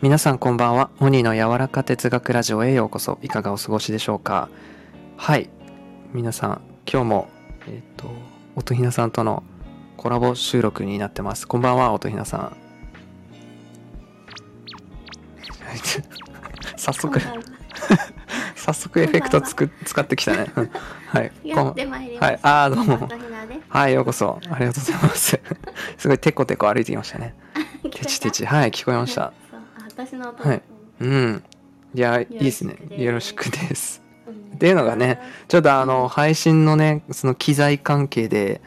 皆さんこんばんはモニの柔らか哲学ラジオへようこそいかがお過ごしでしょうかはい皆さん今日もえっ、と音ひなさんとのコラボ収録になってますこんばんは音ひなさん 早速こんばんは早速エフェクトつく使ってきたねうんはいこやんってまいりまはいした。ああどうも赤ひなではい、ようこそ。ありがとうございます。 すごいテコテコ歩いてきましたね。す。テチテチ。はい、聞こえました。そう。あ私の音。はいうん。いや、いいろしくですね。ですよろしくです。うん。っていうのがねちょっとあの、配信のね、その機材関係で、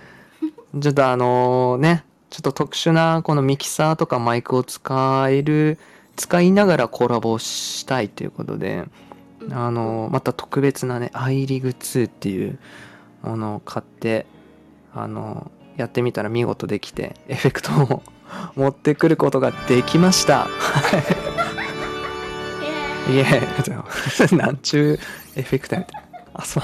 ちょっとあのね、ちょっと特殊なこのミキサーとかマイクを使える、使いながらコラボしたいということで、うん、あのまた特別なねアイリグ2っていうものを買ってあのやってみたら見事できてエフェクトを 持ってくることができましたえイエーイ なんちゅうエフェクトやみたいなあそう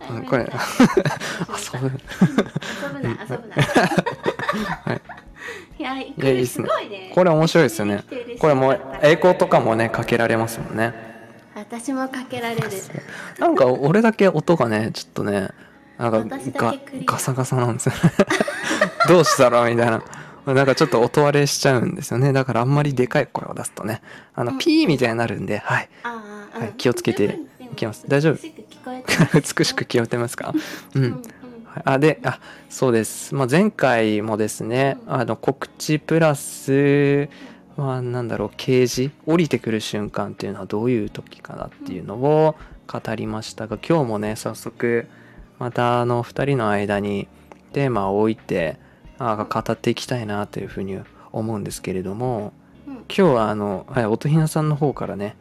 ーこ れ遊遊ぶぶな遊 ぶな。いやこいやいいれっすすねごいね。これ面白いですよねこれもう栄光とかもねかけられますもんね私もかけられる。なんか俺だけ音がねちょっとねなんか私だガけクリアガサガサなんですよね どうしたらみたいななんかちょっと音割れしちゃうんですよねだからあんまりでかい声を出すとねあのうんピーみたいになるんではい あーあー。はいうん気をつけていきます大丈夫美しく聞こえて 美しく。聞こえてますかううんんうん。はいあであそうです、まあ、前回もですねあの告知プラス、まあ、なんだろうケージ降りてくる瞬間っていうのはどういう時かなっていうのを語りましたが今日もね早速またあの2人の間にテーマを置いてあ語っていきたいなというふうに思うんですけれどもうん今日はあの、はい、音ひなさんの方からね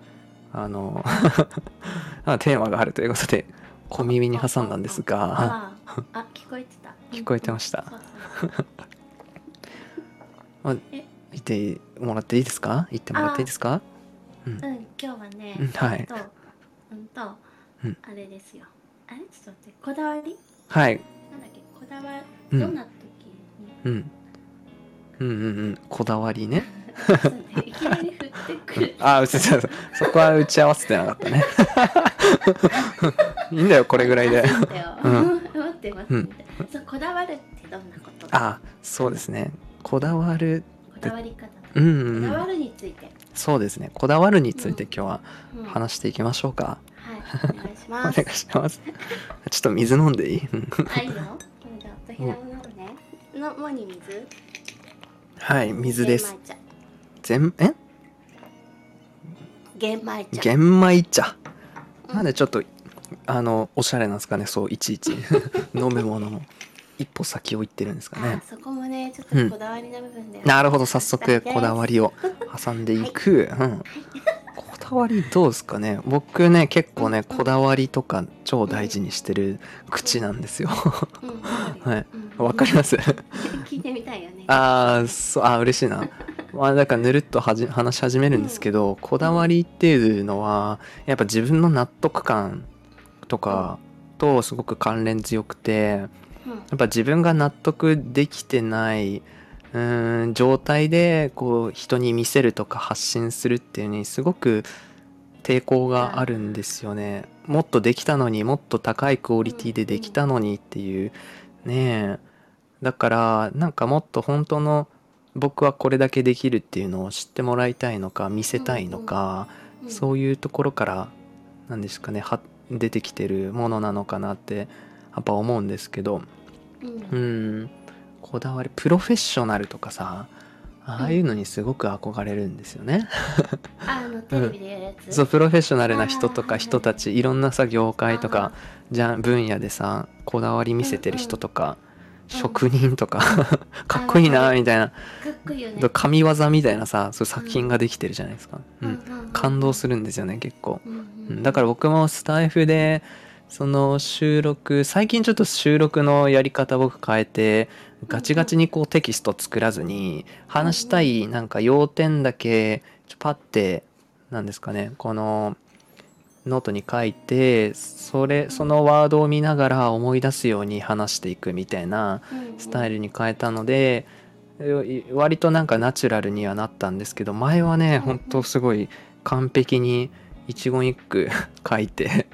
あの あテーマがあるということで小耳に挟んだんですが。あーあ聞こえてた。 聞こえてましたうんうんそうそういてもらっていいですか行ってもらっていいですかうん、今日はね、うんはいえっと、うんと、うんあれですよ。あれちょっと待って、こだわりはい、なんだっけ、こだわうり、んどんな時に、うん、うんうんうんこだわりねそうね いきなり振ってくる。ああうちそそこは打ち合わせてなかったね いいんだよこれぐらいであそうだよう待って待って、うんそう、こだわるってどんなことああそうですねこだわるこだわり方、うんうこだんわるについて。そうですねこだわるについて今日はうんはい、話していきましょうか、お願いしおま願いす。しますちょっと水飲んでいいうんあ、いいよ。それじゃあ、とひなも飲むね。の、もに水はい水です。玄米全茶。え玄米茶。玄米茶うんなんでちょっとあのおしゃれなんですかねそういちい ち飲むものも一歩先を行ってるんですかねあそこもね、ちょっとこだわりな部分で、なるほど早速こだわり。りを挟んでいく、うん、こだわりどうですかね僕ね結構ねこだわりとか超大事にしてる口なん ですようん、はいわわかかりるまよ すうん聞いてみたいよね。あーそうあー嬉しいなまあだからぬるっとはじ話し始めるんですけど、こだわりっていうのはやっぱ自分の納得感とかとすごく関連強くて、うんやっぱ自分が納得できてないうーん状態でこう人に見せるとか発信するっていうのにすごく抵抗があるんですよね。もっとできたのにもっと高いクオリティでできたのにっていうねえだからなんかもっと本当の僕はこれだけできるっていうのを知ってもらいたいのか見せたいのか、うんそういうところからなんですかねは出てきてるものなのかなってやっぱ思うんですけど。うんうんこだわりプロフェッショナルとかさああいうのにすごく憧れるんですよね、あのテレビでやるやつ。そうプロフェッショナルな人とあかー人たちいろんなさ業界とかじゃん分野でさこだわり見せてる人とか、うん職人とかかっこいいなみたいなあー。かっこいいよね。神業みたいなさそういう作品ができてるじゃないですか、うん感動するんですよね結構。る。うんだから僕もスタイフでその収録最近ちょっと収録のやり方僕変えてガチガチにこうテキスト作らずに話したいなんか要点だけちょパッてなんですかねこのノートに書いてそれそのワードを見ながら思い出すように話していくみたいならスタイル。ルに変えたのでよい割となんかナチュラルにはなったんですけど前はねうん本当すごい完璧に一言一句 書いて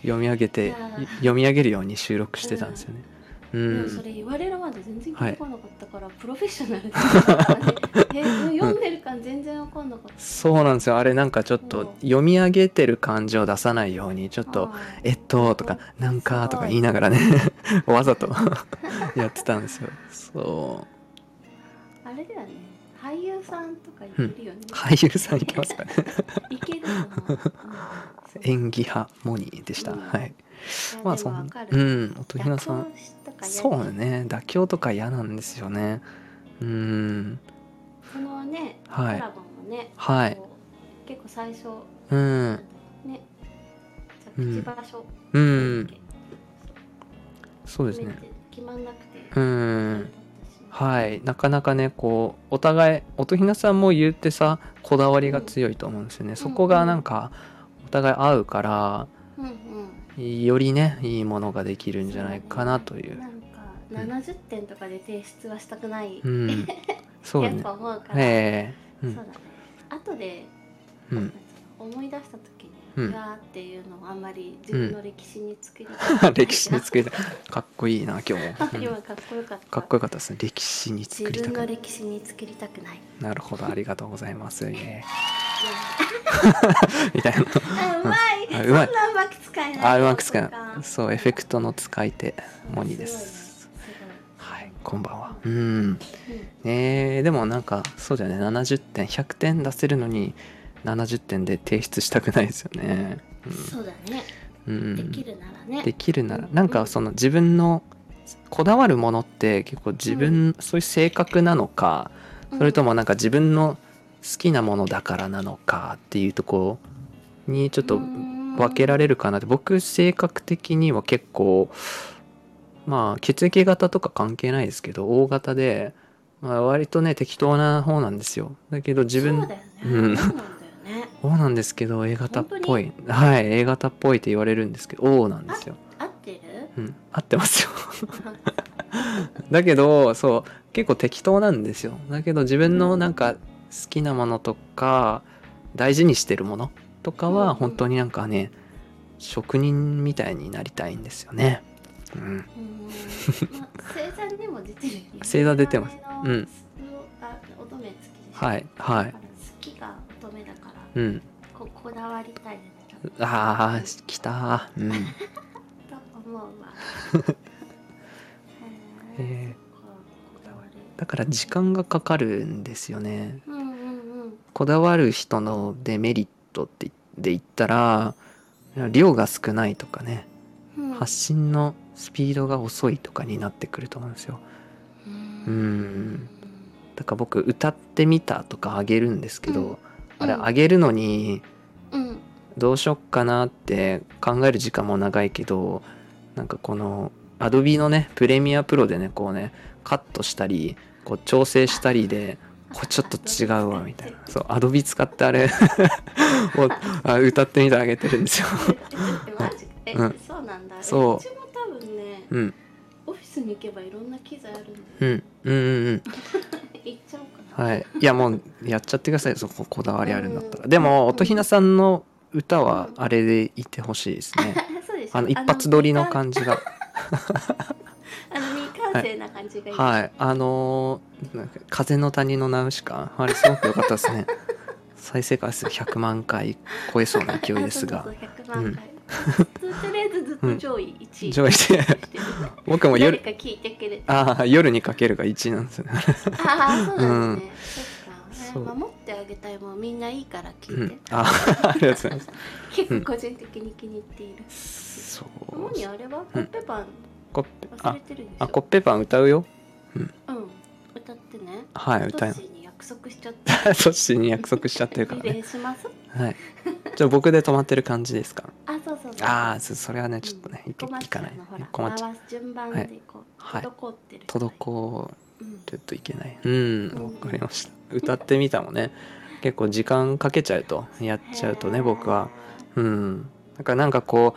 読み上げていうん読み上げるように収録してたんですよね。うでもそん、れ言われるまで全然聞こえなかったから、プロフェッショナル だったねえ読んでる感全然わかんなかったそうなんですよあれなんかちょっうんと読み上げてる感じを出さないようにちょっとあ「えっと」とか「なんか」とかすごい言いながらね わざと やってたんですよそうーあれだよね俳優さんとかいるよね、俳優さんいきますかねいけるかな、うん そう演技派モニーでした、うんはいいやまあでそもんわなかるうん音ひなさん妥協しとかやそるうね妥協とか嫌なんですよねうんそのね、はいコラボもね、はいこう結構最初うんね、う着ん地場所、ううんそうですね決まんなくて、うんあれだったしねはいなかなかねこうお互い音ひなさんも言ってさこだわりが強いと思うんですよね、そこがなんかお互い合うからうんうん、よりねいいものができるんじゃないかなというなんか70点とかで提出はしたくない、う,、 んそうやだっねぱ思うから、ええそうだね。後で、うんうん 思い出した時に、うんうわーっていうのをあんまり自分の歴史に作り、 歴史に作りたかっこいいな今日も、たくうん 今かっこ よかった。かっこよかったですね歴史に作自りた分くなのい歴史に作りたくない。なるほどありがとうございます、えいやえみた いあうまい。ああうまいそんなうまく使えない。なあうまく使うそうそうエフェクトの使い手モニですかすはいこんばんはうんごい。うんねえでもなんかそうだよね70点100点出せるのに70点で提出したくないですよねそうだね。うん、うん、できるならね。できるならうんなんかその自分のこだわるものって結構自分、そういう性格なのかそれとももなんか自分の好きなものだからなのかっていうところにちょっと分けられれるかなって僕性格的には結構まあ血液型とか関係ないですけど O 型で、まあ、割とね適当な方なんですよだけど自分そうだよね。うんそうなんだよね。 O なんですけど A 型っぽいはい A 型っぽいって言われるんですけど O なんですよ、合ってる？うん、合ってますよだけどそう結構適当なんですよだけど自分のなんか好きなものとか大事にしてるものとかうんうはん本当になんかね職人みたいになりたいんですよねうんうん。まあ星座にも出てるよね。星座出てますあうのん。あ乙女好きでしょ。はいはいだから好きが乙女だからうんここだわりたいね。ああ来たーうんと思うわ。 へーえこだわりーだから時間がかかるんですよねうんうんうん。こだわる人のデメリットってで言ったら量が少ないとかねうん発信のスピードが遅いとかになってくると思うんですよううんだから僕歌ってみたとかあげるんですけど、うんあれうんあげるのにうんどうしよっかなって考える時間も長いけどなんかこの Adobe のねプレミアプロでねこうねカットしたりこう調整したりでこれちょっと違うわみたいなそう Adobe 使ってあれ をあ歌ってみたらあげてるん ですよ。ええうマジかえ、んそうなんだそううちも多分ねうんオフィスに行けばいろんな機材あるんで、うんうんうんうん行っちゃおうかな はい、いやもうやっちゃってくださいそここだわりあるんだったら、うんでも音ひなさんの歌はうんあれでいてほしいですね、あそうでしょあの一発撮りのじ感じがあの未完成な感じがいい、はいあのーなんか風の谷のナウシカ」あれすごく良かったです ね再生回数100万回超えそうな勢いですあがそうそうそう100万 回、とりあえずずっと上位1位、上位で僕も誰夜か聞いてくれてああ夜にかけるが1位なんですよねああそうなんですね、そそっうか、ね、守ってあげたいもんみんないいから聞ういて、んあーありがとうございま結構個人的に気に入っている、すそう主にあれはコッペパンコッペ忘あれてるんでしょあコッペパン歌うようん歌ってねはい歌いま私すに約束しちゃったトッシーに約束しちゃってるからリねレーしますはい。じゃあ僕で止まってる感じですか。あそうそうそうああ、そそそれはね、ちょっとね、いけいかない。ほら困っちゃう。回す順番でこう、はい滞ってる滞うんるといけない。うん、わかりました。歌ってみたもね、結構時間かけちゃうと、やっちゃうとね、僕は。うん。だからなんかこ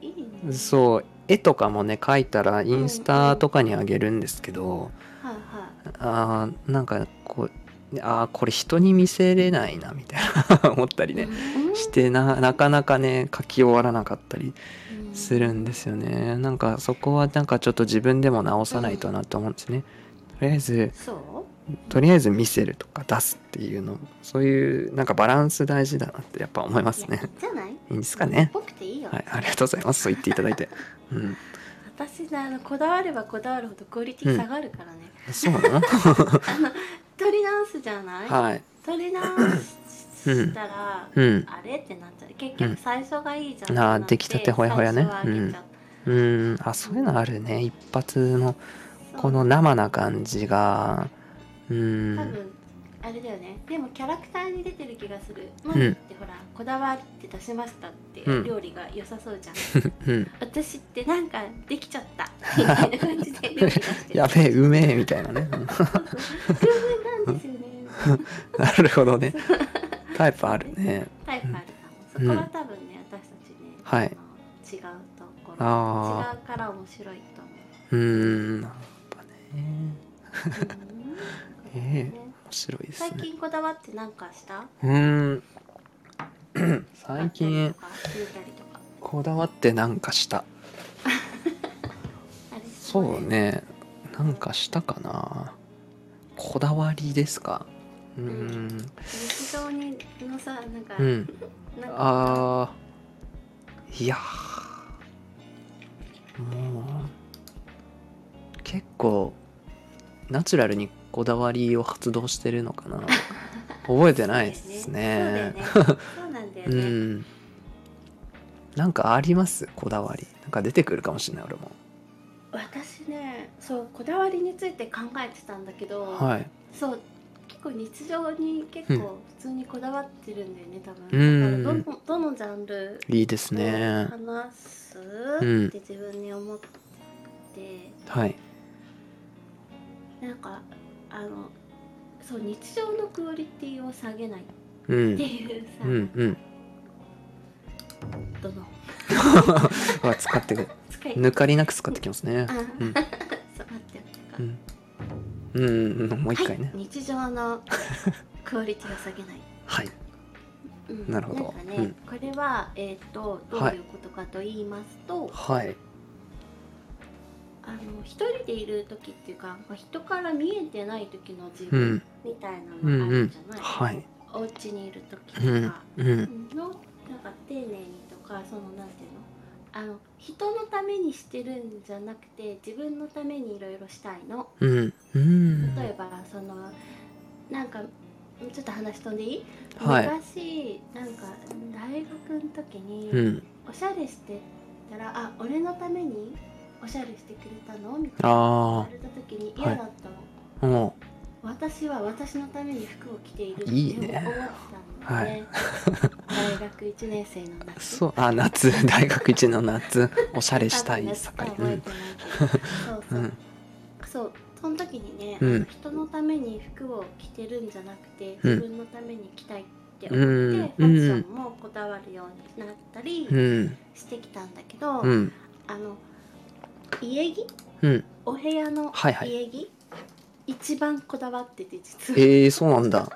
いやいいねう、そう、絵とかもね描いたらインスタとかにあげるんですけど、はいはいあーなんかこうあーこれ人に見せれないなみたいな 思ったりねうんしてななかなかね書き終わらなかったりうんするんですよねなんかそこはなんかちょっと自分でも直さないとなと思うんですねとりあえずそとりあえず見せるとか出すっていうのそういうなんかバランス大事だなってやっぱ思いうまいすやいねいじゃないいいんですかね僕っていいよ、はいありがとうございますそう言っていただいてうん私ねあのこだわればこだわるほどクオリティ下がるからね、そうなの取り直すじゃない、はい取り直したら、うんあれってなっちゃう結局最初がいいじゃんってななあって、出来たてほやほやね最初は上げちゃっうんあそういうのあるね一発のたこの生な感じがう多ん分あれだよねでもキャラクターに出てる気がするマんミってほら、こだわって出しましたってうん料理が良さそう じゃん、うん私ってなんかできちゃ ったみたいな感じで料理出してやべえうめえみたいなねうん空分なんですよねなるほどねタイプあるねタイプあるかうも、んそこは多分ね私たちね、はいあの違うところあ違うから面白いと思ううーんやっぱねうん え面白いです最ね近こだわってなんかしたうーん 最近買ったりとか抜いたりとかこだわってなんかしたあれそうねなんかしたかなこだわりですかうーん日常にのさなんか、うんなんかあーいやーもう結構ナチュラルにこだわりを発動してるのかな覚えてないですね そうだよねそうなんだようね、んなんかありますこだわりなんか出てくるかもしれない俺も私ねそうこだわりについて考えてたんだけど、はいそう結構日常に結構普通にこだわってるんだよね多うん分、だからどのどのジャンルいいですをね話すうんって自分に思って、はいなんかあのそう日常のクオリティを下げないっうてんいうさ、うんうんどのは使ってく使い抜かりなく使ってきますねあ、うんそう待って待ってか、うんうんうんもう一回ねはい、日 常のクオリティを下げない、はいうんなるほどなんかね、うんこれはえっ、とどういうことかと言いますと、はいあの一人でいる時っていうかまあ人から見えてない時の自う分んみたいなのがあるじゃない、はいお家にいる時とうか、んうんのなんか丁寧にとかそのなんていうのあの人のためにしてるんじゃなくて自分のためにいろいろしたいのうんうん例えばそのなんかちょっと話飛んでいい、はい昔なんか大学の時うにんおしゃれしてたら「あ俺のためにおしゃれしてくれたの?」みたいな言わあれた時にはい嫌だったの、あも私は私のために服を着ているっていい思ねったのではい大学1年生のう 夏そうあ夏大学一の夏おしゃれしたい多分盛り夏うは覚えんてないけど、そ ううそうんそうその時にね、うんあの人のために服を着てるんじゃなくてうん自分のために着たいって思っうて、んファッションもこだわるようになったりうんしてきたんだけど、うんあの家着うんお部屋のはいはい家着、一番こだわってて実はえー、そうなんだ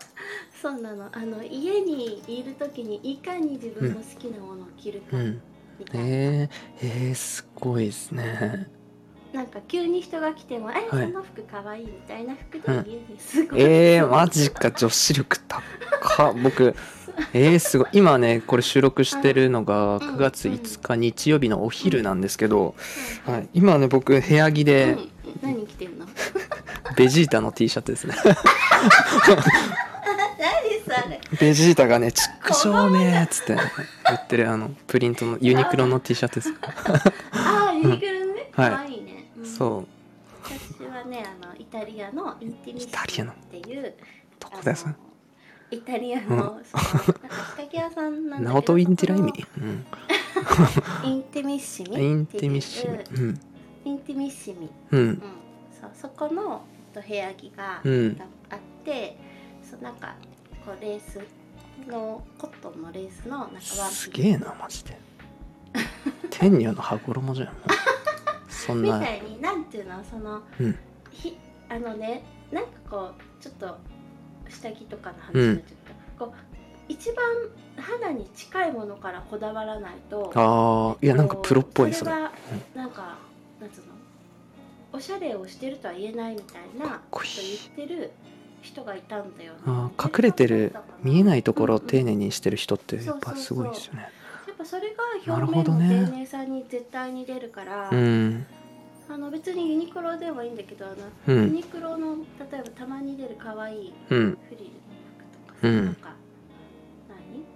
そうなのあの家にいる時にいかに自分の好きなものを着るかうんみたいな、えー、えー、すごいですねなんか急に人が来ても「えはいその服かわいい」みたいな服うんで家ですごい、えー、マジか女子力高っ僕えー、すごい今ねこれ収録してるのが9月5日日曜日のお昼なんですけど、はい、今ね僕部屋着うで、ん、何着てんのベジータの T シャツですね。何それ ベジータがね、ちっくしょうめーっつって言ってるあのプリントのユニクロの T シャツです。ああユニクロのねかはいわいいね、うんそう、私はねあのイタリアのインティミッションっていうどこですあのイタリアの、そのなんか仕掛け屋さんなんだけどナオト・インティライミそ。うん。このインティミッシミっていうインティミッシミ。うん。インティミッシミうん。うん、そうそこの、えっと、部屋着がうんあって、そうなんかこうレースのコットンのレースのなんかワンピースすげえな、マジで。天女の羽衣じゃん。そん みなたいになんていうのその、うんひあのねなんかこうちょっと下着とかの話うんになっちゃった、こう一番肌に近いものからこだわらないとああいやなんかプロっぽいそそれれかっがなんかなんつうのおしゃれをしてるとは言えないみたいなこいとい言ってる人がいたんだよねあー隠れてる見えないところを丁寧にしてる人ってうんやっぱすごいですよねやっぱそれがなる表ほどね面の丁寧さに絶対に出るから、うんあの別にユニクロでもいいんだけどあの、うユんニクロの例えばたまに出る可愛いうんフリルの服とか、うんなんか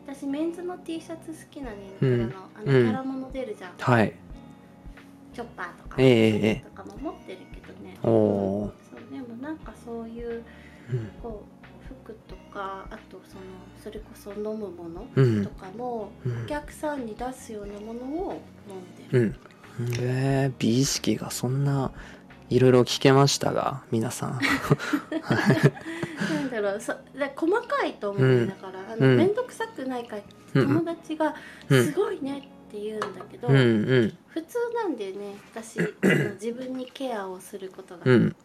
何私メンズの T シャツ好きなのユニクロの、あのキうんャラもの出るじゃん、はいチョッパーとか、ええええええとかも持ってるけどねおーそうでもなんかそういううんこう服とかあとそのそれこそ飲むものうんとかも、うんお客さんに出すようなものを飲んでる、うんえー、美意識がそんないろいろ聞けましたが皆さんなんだろうそだ細かいと思うんだから、あのうん面倒くさくないからう友ん達が「うんすごいね」って言うんだけど、うんうん普通なんだよね 私その自分にケアをすることが、うん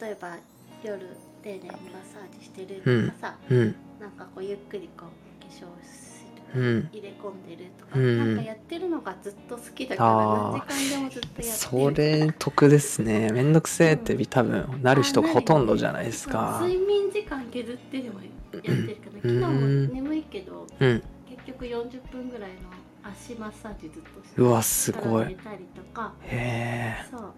例えば夜丁寧にマッサージしてるとかさ、うんなんかこうゆっくりこう化粧水とかうん入れ込んでるとか、うんなんかやってるのがずっと好きだからあー何時間でもずっとやってるそれ得ですねめんどくせえって多分なる人がほとんどじゃないですか睡眠時間削ってでもやってるかな昨日も眠いけどうん結局40分ぐらいの足マッサージずっとしてうわすご寝いたりとかへそう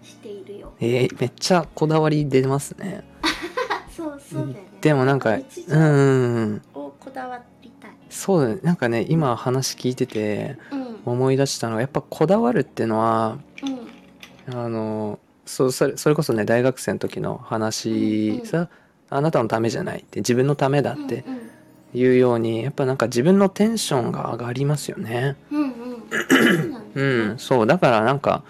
しているよええーめっちゃこだわり出ますねあそうそうだよねでもなんかう日んう常んうんをこだわりたい、そうだねなんかね今話聞いててうん思い出したのはやっぱこだわるってのはうんあのそうそれそれこそね大学生の時の話さ、あなたのためじゃないって自分のためだってうんうんいうようにやっぱなんか自分のテンションが上がりますよね。うんうん。そうなんだうよねん、そうだからなんか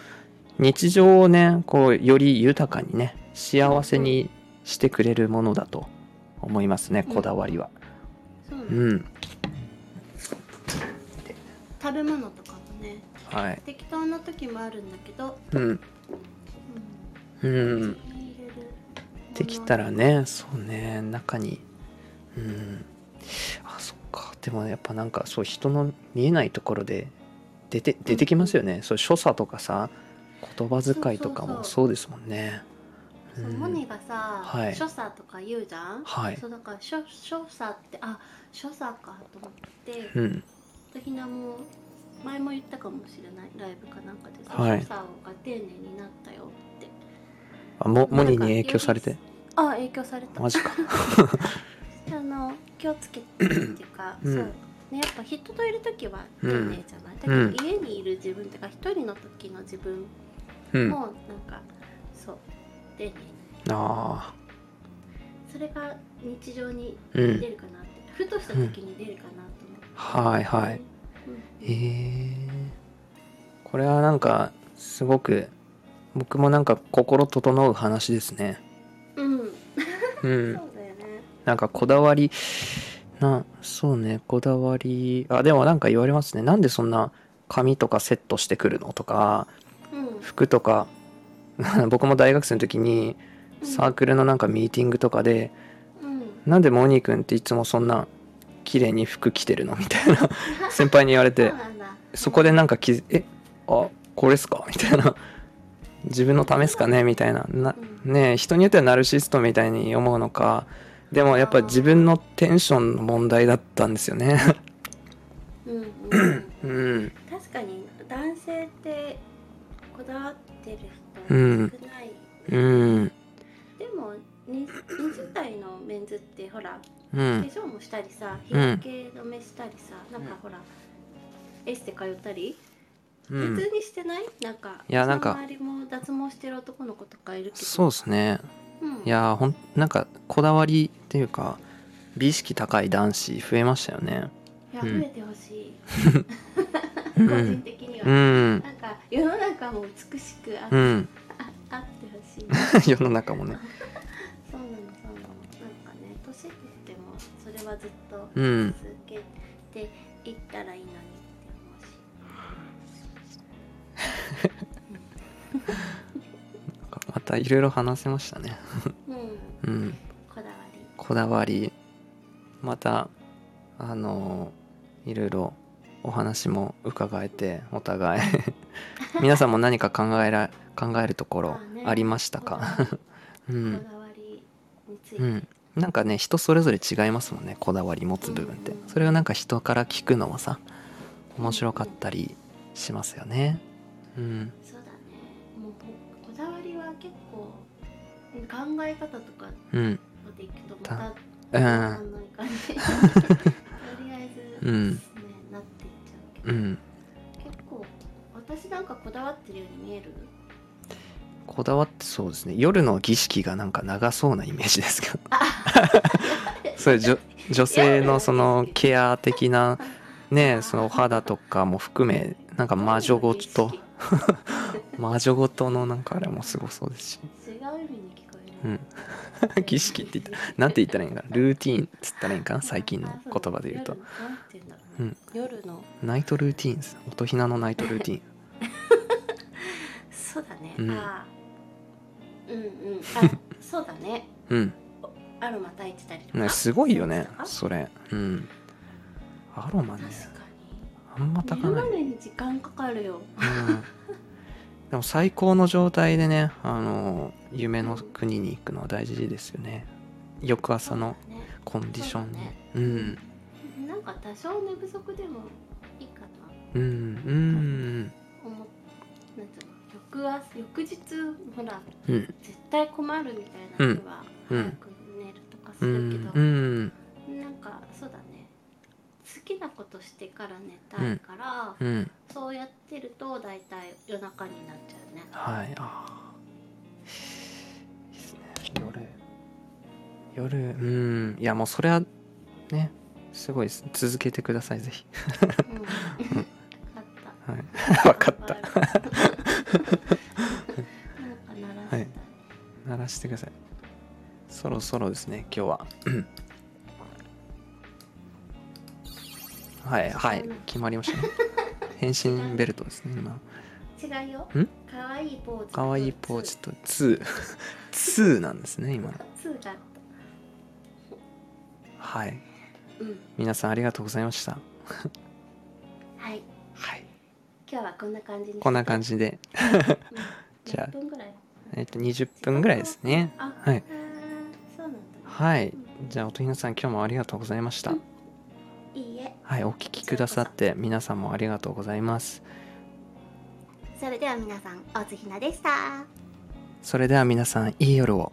日常をねこうより豊かにね幸せにしてくれるものだと思いますねうんこだわりは。そうなんうだん、食べ物とかもね、はい。適当な時もあるんだけど、うん、う、うん口に入れるものできたら。ねそうね中にうんあそっかでもやっぱなんかそう人の見えないところで出て出てきますよね、そう所作とかさ言葉遣いとかもそうですもんねそううんモネがさ、はい所作とか言うじゃん。はいそうだから所所作ってあ所作かと思って、うんひなも前も言ったかもしれないライブかなんかでさ、はい所作が丁寧になったよって。あもモなネんにか影響されて。あ影響された。マジか あの気をつけてるっていうか、うんそうねやっぱ人といる時は丁うん寧じゃない、だけど家にいる自分とか一人の時の自分うんあもなんか、そう丁寧にあそれが日常にう出んるかなって、ふとした時に出るかなと思って、はいはいうんへえこれはなんかすごく僕もなんか心整う話ですねうん、うそうんだよねなんかこだわり、な、そうね、こだわり、あ、でもなんか言われますね。なんでそんな髪とかセットしてくるのとか、うん服とか、 僕も大学生の時にサークルのなんかミーティングとかで、うんなんでモニー君っていつもそんな綺麗に服着てるのみたいな先輩に言われそうて、なんだそこでなんか気づ、え、あ、これっすかみたいな。自分のためっすかねみたいな。なうんねえ人によってはナルシストみたいに思うのかでもやっぱ自分のテンションの問題だったんですよねうんうんううんん確かに男性ってこだわってるうん人少ない、 うんでもに20代のメンズってほらう化ん粧もしたりさ日うん焼け止めしたりさ、なんかほらエステ通ったり、う普ん通にしてないなんかいやなんかうちの周りも脱毛してる男の子とかいるけどそうですねうん、いやーほんなんかこだわりっていうか美意識高い男子増えましたよねいやう増んえて ほしい、う個人ん的には、うんなんか世の中も美しくあ,、うあん あってほしい世の中もねそうなのそうなのなんかね年取ってもそれはずっとうん続けていったらいいのにって思うし、たいろいろ話せましたねうんうんこだわりこだわりまたあのいろいろお話も伺えてお 互い皆さんも何か考えら考えるところありましたか、うこん、だわりについて、ううんん、なんかね人それぞれ違いますもんねこだわり持つ部分ってそれをなんか人から聞くのもさ面白かったりしますよねうんそうだねもうここだわりは結構うん考え方とかうんまでいくとまたう変わんんない感じとりあえず、うんね、なっていっちゃうけうど、ん結構私なんかこだわってるように見えるこだわってそうですね夜の儀式がなんか長そうなイメージですけど そういう女女性のそのケア的なねそのお肌とかも含めなんか魔女ごと魔女ごとのなんかあれもすごそうですし違う意味に聞こえうるん 儀式って言ったなんて言ったらいいんかなルーティーンっつったらいいんかな最近の言葉で言うと夜なんて言うんだろうね夜のナイトルーティーンです音ひなのナイトルー ティーンそうだね、うんあーうんうん あそうだねうんアロマ炊いてたりとか、ねすごいよねそそれうんアロマうねですか確かあんまに炊寝かるなまいでに時間かかるようんでも最高の状態でねあの夢の国に行くのは大事ですよね翌朝のそうだねコンディションねうなんか多少寝不足でもいいかなうんうん思っなんていうの翌朝翌日ほらうんうん絶対困るみたいな日はうん早く寝るとかすうるけんど、うんなんかそうだね好きなことしてから寝たいから、うんそうやってると大体夜中になっちゃうねはいあーいいっすね夜夜うんいやもうそれはねすごいです続けてくださいぜひうん、分かったはい わかった頑張るなんか鳴らしたい、はい鳴らしてくださいそろそろですね今日 はうんはいはい決まりましたね変身ベルトですね今違うよん可愛いポーズかわいいポーチと2 2なんですね今のツーがあっはいたうん皆さんありがとうございましたはいはい今日はこんな感じにこんな感じ、じでうんじゃあ何分ぐらいえっと20分ぐらいですねあはいあーそうなんだ、ね、はいじゃあおとひなさん今日もありがとうございましたいいえはいお聞きくださって皆さんもありがとうございますそれでは皆さん大津ひなでしたそれでは皆さんいい夜を